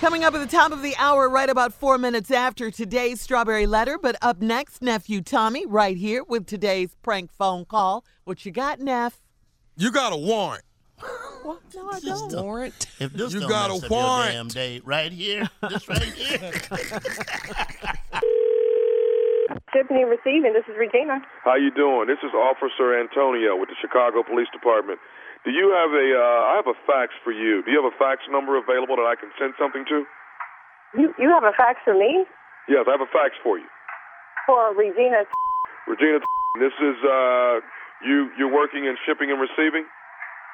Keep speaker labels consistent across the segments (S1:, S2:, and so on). S1: Coming up at the top of the hour, right about four minutes after today's Strawberry Letter. But up next, Nephew Tommy, right here with today's prank phone call. What you got, Neff?
S2: You got a warrant.
S1: What? No, I
S3: Just
S1: don't.
S3: don't-
S4: Warrant.
S3: If this
S2: You
S3: don't
S2: got a
S3: mess up your
S2: warrant.
S3: damn day right here, this right here.
S5: Tiffany receiving. This is Regina.
S6: How you doing? This is Officer Antonio with the Chicago Police Department. Do you have a? Uh, I have a fax for you. Do you have a fax number available that I can send something to?
S5: You you have a fax for me
S6: Yes, I have a fax for you,
S5: for Regina.
S6: Regina. This is uh, you. You're working in shipping and receiving.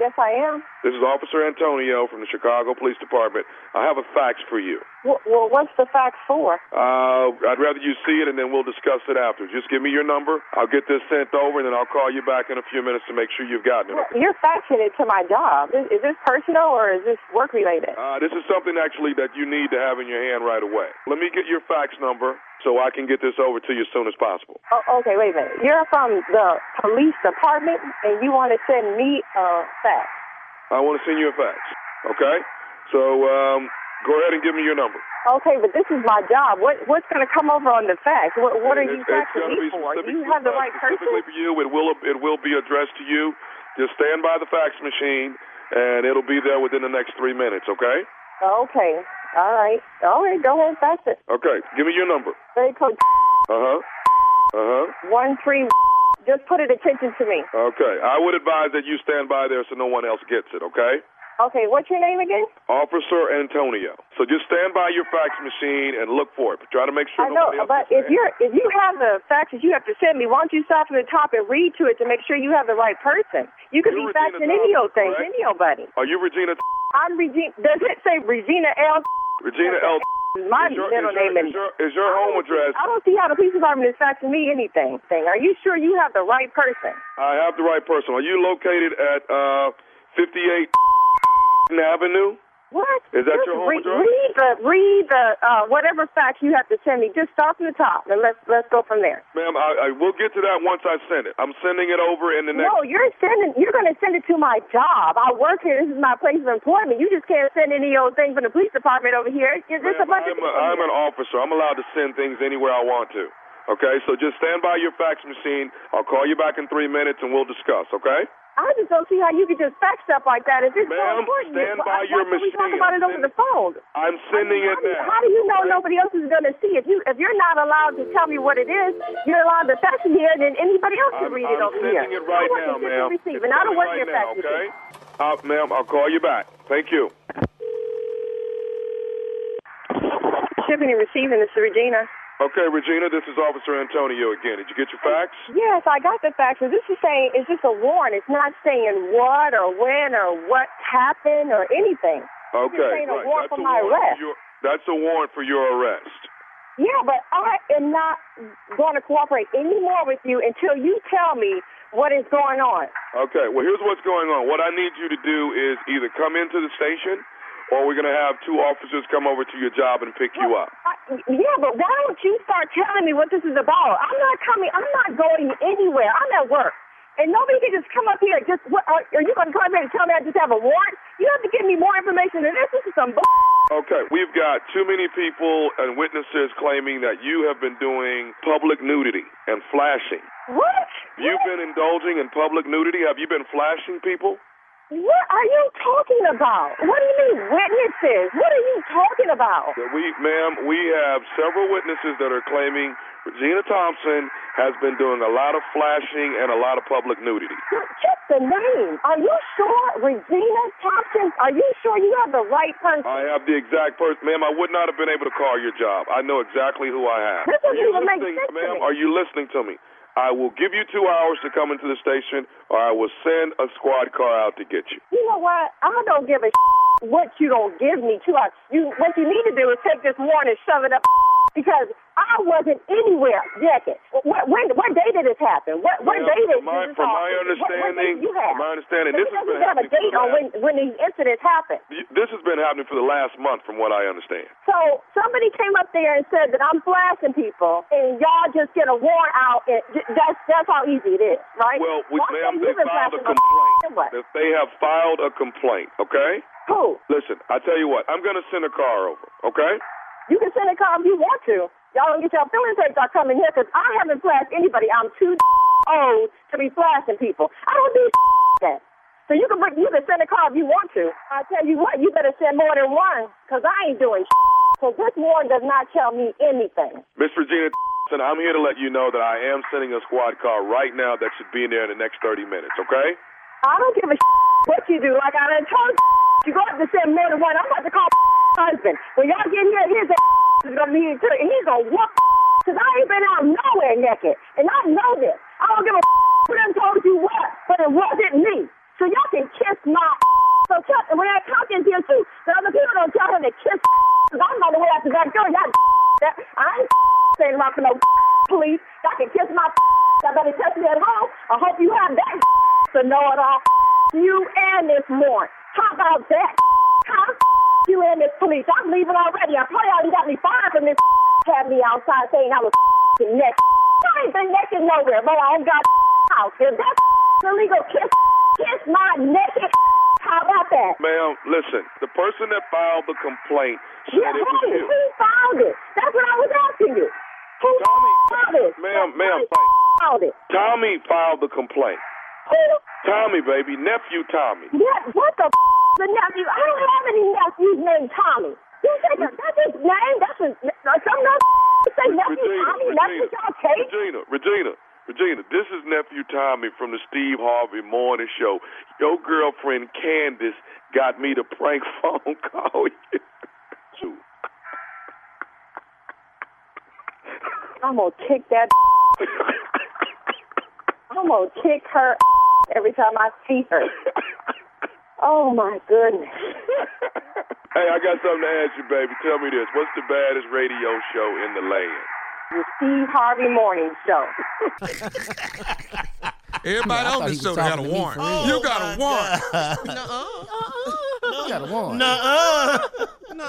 S5: Yes, I am.
S6: This is Officer Antonio from the Chicago Police Department. I have a fax for you.
S5: Well, well what's the fax for?
S6: Uh, I'd rather you see it and then we'll discuss it after. Just give me your number. I'll get this sent over and then I'll call you back in a few minutes to make sure you've gotten it.
S5: Well, You're faxing it to my job. Is, is this personal or is this work related?
S6: Uh, this is something actually that you need to have in your hand right away. Let me get your fax number so I can get this over to you as soon as possible.
S5: Oh, okay, wait a minute. You're from the police department and you want to send me a fax.
S6: I want to send you a fax. Okay? So um, go ahead and give me your number.
S5: Okay, but this is my job. What what's going to come over on the fax? What what are
S6: It's-
S5: you
S6: it's
S5: faxing
S6: gonna
S5: me
S6: be
S5: for? Do
S6: specific-
S5: you have the right
S6: Specifically
S5: person?
S6: for you, it will it will be addressed to you. Just stand by the fax machine, and it'll be there within the next three minutes. Okay?
S5: Okay. All right. All right. Go ahead, fax it.
S6: Okay. Give me your number.
S5: They code
S6: Uh huh. Uh huh.
S5: one three. Just put it attention to me.
S6: Okay. I would advise that you stand by there so no one else gets it. Okay?
S5: Okay, what's your name again?
S6: Officer Antonio. So just stand by your fax machine and look for it. Try to make
S5: I
S6: sure
S5: know,
S6: nobody else
S5: but
S6: gets
S5: if
S6: it.
S5: you're if you have the faxes you have to send me, why don't you start from the top and read to it to make sure you have the right person? You could
S6: You're
S5: be faxing
S6: Regina
S5: any
S6: Thomas,
S5: old thing,
S6: correct?
S5: any old buddy.
S6: Are you Regina?
S5: I'm Regina. Does it say Regina L?
S6: Regina L.
S5: Is my
S6: Is your,
S5: middle
S6: is your,
S5: name and
S6: is your, is your
S5: I don't
S6: home
S5: see-
S6: address?
S5: I don't see how the police department is faxing me anything. Thing. Are you sure you have the right person?
S6: I have the right person. Are you located at uh, 58 Avenue?
S5: What?
S6: Is that
S5: Just
S6: your home
S5: read,
S6: address?
S5: Read the read the uh, whatever fax you have to send me. Just start from the top and let's let's go from there.
S6: Ma'am, I, I will get to that once I send it. I'm sending it over in the next.
S5: No, you're sending. You're going to send it to my job. I work here. This is my place of employment. You just can't send any old thing from the police department over here. It's just a
S6: Ma'am,
S5: bunch of
S6: I'm,
S5: people
S6: a, I'm an
S5: here.
S6: officer. I'm allowed to send things anywhere I want to. Okay, so just stand by your fax machine. I'll call you back in three minutes and we'll discuss. Okay.
S5: I just don't see how you could just fax stuff like that. If it's so
S6: Ma'am,
S5: important,
S6: stand
S5: Well,
S6: by
S5: I-
S6: your
S5: why can't we talk
S6: machine.
S5: about it over the phone.
S6: I'm sending
S5: I mean, how do you-
S6: it now.
S5: How do you know nobody else is going to see it? You, if you're not allowed to tell me what it is, you're allowed to fax it here, and then anybody else can
S6: I'm,
S5: read it
S6: I'm
S5: over here.
S6: sending it
S5: I
S6: right
S5: work
S6: now,
S5: in
S6: ma'am.
S5: Receive,
S6: It's
S5: and I don't
S6: coming
S5: work
S6: right
S5: in your
S6: now,
S5: fax machine.
S6: okay? Uh, ma'am, I'll call you back. Thank you.
S5: Shipping and receiving. This is Regina.
S6: Okay, Regina, this is Officer Antonio again. Did you get your fax?
S5: Yes, I got the fax. But this is saying it's just a warrant. It's not saying what or when or what happened or anything.
S6: Okay,
S5: saying a
S6: right.
S5: warrant
S6: That's
S5: for
S6: a
S5: my
S6: warrant
S5: arrest.
S6: for your, that's a warrant for your arrest.
S5: Yeah, but I am not going to cooperate anymore with you until you tell me what is going on.
S6: Okay, well, here's what's going on. What I need you to do is either come into the station or we're going to have two officers come over to your job and pick you up.
S5: I, yeah, but why don't you start telling me what this is about? I'm not coming. I'm not going anywhere. I'm at work, and nobody can just come up here. Just what, are, are you going to come up here and tell me I just have a warrant? You have to give me more information than this. This is some. Bull-
S6: Okay, we've got too many people and witnesses claiming that you have been doing public nudity and flashing.
S5: what?
S6: Have you
S5: What?
S6: been indulging in public nudity? Have you been flashing people?
S5: What are you talking about? What do you mean witnesses? What are you talking about?
S6: That we, ma'am, we have several witnesses that are claiming Regina Thompson has been doing a lot of flashing and a lot of public nudity.
S5: Just the name. Are you sure, Regina Thompson? Are you sure you have the right person?
S6: I have the exact person, ma'am. I would not have been able to call your job. I know exactly who I have.
S5: This doesn't
S6: Are you
S5: even make
S6: listening-
S5: sense to
S6: ma'am?
S5: me.
S6: Are you listening to me? I will give you two hours to come into the station, or I will send a squad car out to get you.
S5: You know what? I don't give a what you don't give me to us. You what you need to do is take this warrant and shove it up because I wasn't anywhere jacket. What when what day did this happen? What what
S6: Ma'am,
S5: day did
S6: from my-
S5: this
S6: from
S5: happen?
S6: my
S5: what, what day
S6: understanding-
S5: did you have?
S6: from my understanding,
S5: But
S6: this
S5: it
S6: has
S5: doesn't
S6: been
S5: have a
S6: happening
S5: date
S6: for
S5: on
S6: the
S5: when when these incidents happened.
S6: You- This has been happening for the last month, from what I understand.
S5: So somebody came up there and said that I'm flashing people, and y'all just get a warrant out. And j- that's that's how easy it is, right?
S6: Well, we,
S5: Why couldn't
S6: ma'am,
S5: you
S6: they
S5: been
S6: filed a
S5: flashing no
S6: complaint.
S5: what?
S6: That they have filed a complaint, okay?
S5: Who?
S6: Listen, I tell you what, I'm going to send a car over, okay?
S5: You can send a car if you want to. Y'all don't get your feelings hurt y'all coming here because I haven't flashed anybody. I'm too old to be flashing people. I don't do that. So you can bring, you can send a car if you want to. I tell you what, you better send more than one because I ain't doing because this warrant does not tell me anything.
S6: Miss Regina, and I'm here to let you know that I am sending a squad car right now that should be in there in the next 30 minutes, okay?
S5: I don't give a what you do. Like I done told you, you go up to send more than one. I'm about to call husband. When y'all get here, his is gonna be here too, and he's gonna whoop. Cause I ain't been out nowhere naked, and I know this. I don't give a who done told you what, but it wasn't me. So y'all can kiss my. So tell, and when that cock is here too, the other people don't tell him to kiss. Cause I'm on the way out the back door. Y'all, that I ain't saying about for no police. Y'all can kiss my. Y'all better touch me at home. I hope you have that to know it all. You and this morning. How about that? How you and this police? I'm leaving already. I probably already got me fired from this had me outside saying I was next. I ain't been naked nowhere, but I ain't got house. If that's illegal, kiss kiss my naked. How about that?
S6: Ma'am, listen, the person that filed the complaint said
S5: Yeah,
S6: it was
S5: who,
S6: you.
S5: who found it? That's what I was asking you. Who
S6: Tommy,
S5: found it?
S6: ma'am, ma'am,
S5: Who found it?
S6: Tommy filed the complaint.
S5: Who
S6: Tommy, baby, nephew Tommy.
S5: What, what the f- the nephew? I don't have any nephews named Tommy. You say that, that's his name? That's his, like, some nephew say nephew Tommy? That's what y'all take?
S6: Regina, Regina, Regina, this is nephew Tommy from the Steve Harvey Morning Show. Your girlfriend Candace got me to prank phone call you.
S5: I'm gonna kick that. I'm gonna kick her every time I see her. Oh my goodness.
S6: hey, I got something to ask you, baby. Tell me this: What's the baddest radio show in the land?
S5: The Steve Harvey Morning Show.
S2: Everybody on
S4: Yeah, I thought
S2: this
S4: he
S2: show
S4: was
S2: got a
S4: talking to me
S2: warrant.
S4: for real.
S2: you got a warrant.
S4: You got a warrant.
S3: Nuh-uh.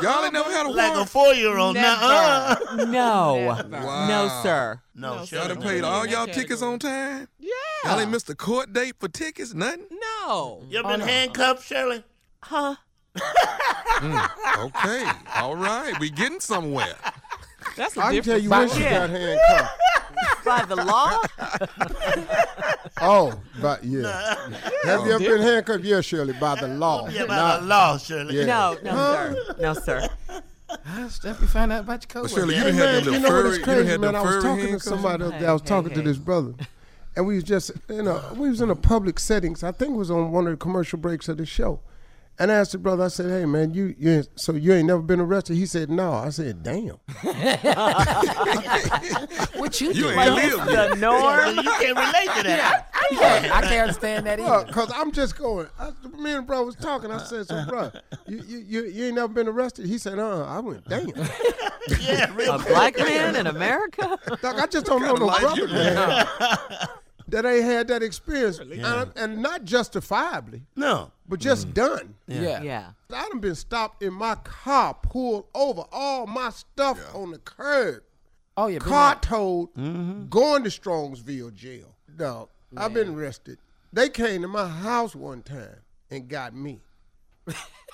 S2: Y'all ain't never had a
S3: Like a
S2: warrant.
S3: four-year-old. Nuh-uh.
S1: Never. No.
S2: Wow.
S1: No, sir.
S3: No, no
S2: Y'all
S3: sure.
S2: done paid all y'all tickets on time?
S1: Yeah.
S2: Y'all ain't missed a court date for tickets? Nothing?
S1: No.
S3: You been handcuffed, Shirley?
S1: Huh?
S2: Okay. All right. We getting somewhere.
S1: That's a
S4: I can
S1: different
S4: tell you when she got handcuffed.
S1: by the law.
S4: Oh, but yeah. Have
S2: Oh,
S4: you ever been handcuffed? Yeah, Shirley, by the law.
S3: Yeah, by
S4: Not-
S3: the law, Shirley.
S4: Yeah.
S1: No, no, sir. No, sir.
S4: Stuff you find out about your
S2: But
S4: coworkers.
S2: Shirley, you
S4: Hey,
S2: done had them little
S4: man, you know what
S2: furry-
S4: is
S2: you done
S4: crazy,
S2: had
S4: man?
S2: them
S4: I was
S2: furry
S4: talking to
S2: handcuffs on?
S4: somebody. I was
S1: Hey,
S4: talking to
S1: hey,
S4: this brother, and we was just you know we was in a public settings. I think it was on one of the commercial breaks of the show. And I asked the brother, I said, "Hey man, you, you ain't- so you ain't never been arrested?" He said, "No." I said, "Damn."
S7: What you,
S2: You
S7: do?
S2: ain't lived yet.
S1: The norm.
S3: You can't relate to that.
S7: I can't understand that either.
S4: Because I'm just going. I, me and bro was talking. I said, "So bro, you you, you, you ain't never been arrested?" He said, "Uh." I went, "Damn."
S3: Yeah, really.
S1: A black man in America?
S4: Doc, I just don't know no brother man that ain't had that experience, and, and not justifiably,
S3: No.
S4: but
S2: Mm.
S4: just done.
S7: yeah.
S1: Yeah.
S4: I done been stopped in my car, pulled over, all my stuff on the curb,
S7: Oh yeah. been
S4: car towed,
S2: Mm-hmm.
S4: going to Strongsville jail. Dog, I've been arrested. They came to my house one time and got me.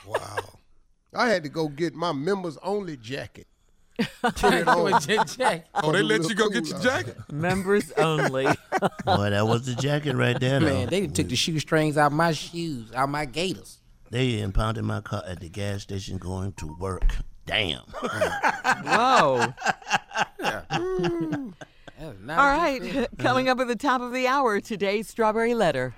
S4: wow. I had to go get my members only jacket. Put it
S7: like-
S4: on.
S7: with Jay Jack.
S2: Oh, they
S4: It was
S2: let you go
S4: cool uh,
S2: get your
S4: out
S2: jacket?
S1: Members only.
S3: Boy, that was the jacket right there, though.
S7: Man, they done took the shoestrings out my shoes, out my gators.
S3: They impounded my car at the gas station going to work. Damn.
S1: Whoa.
S7: That was not
S1: All
S7: good.
S1: right. Coming up at the top of the hour, today's strawberry letter.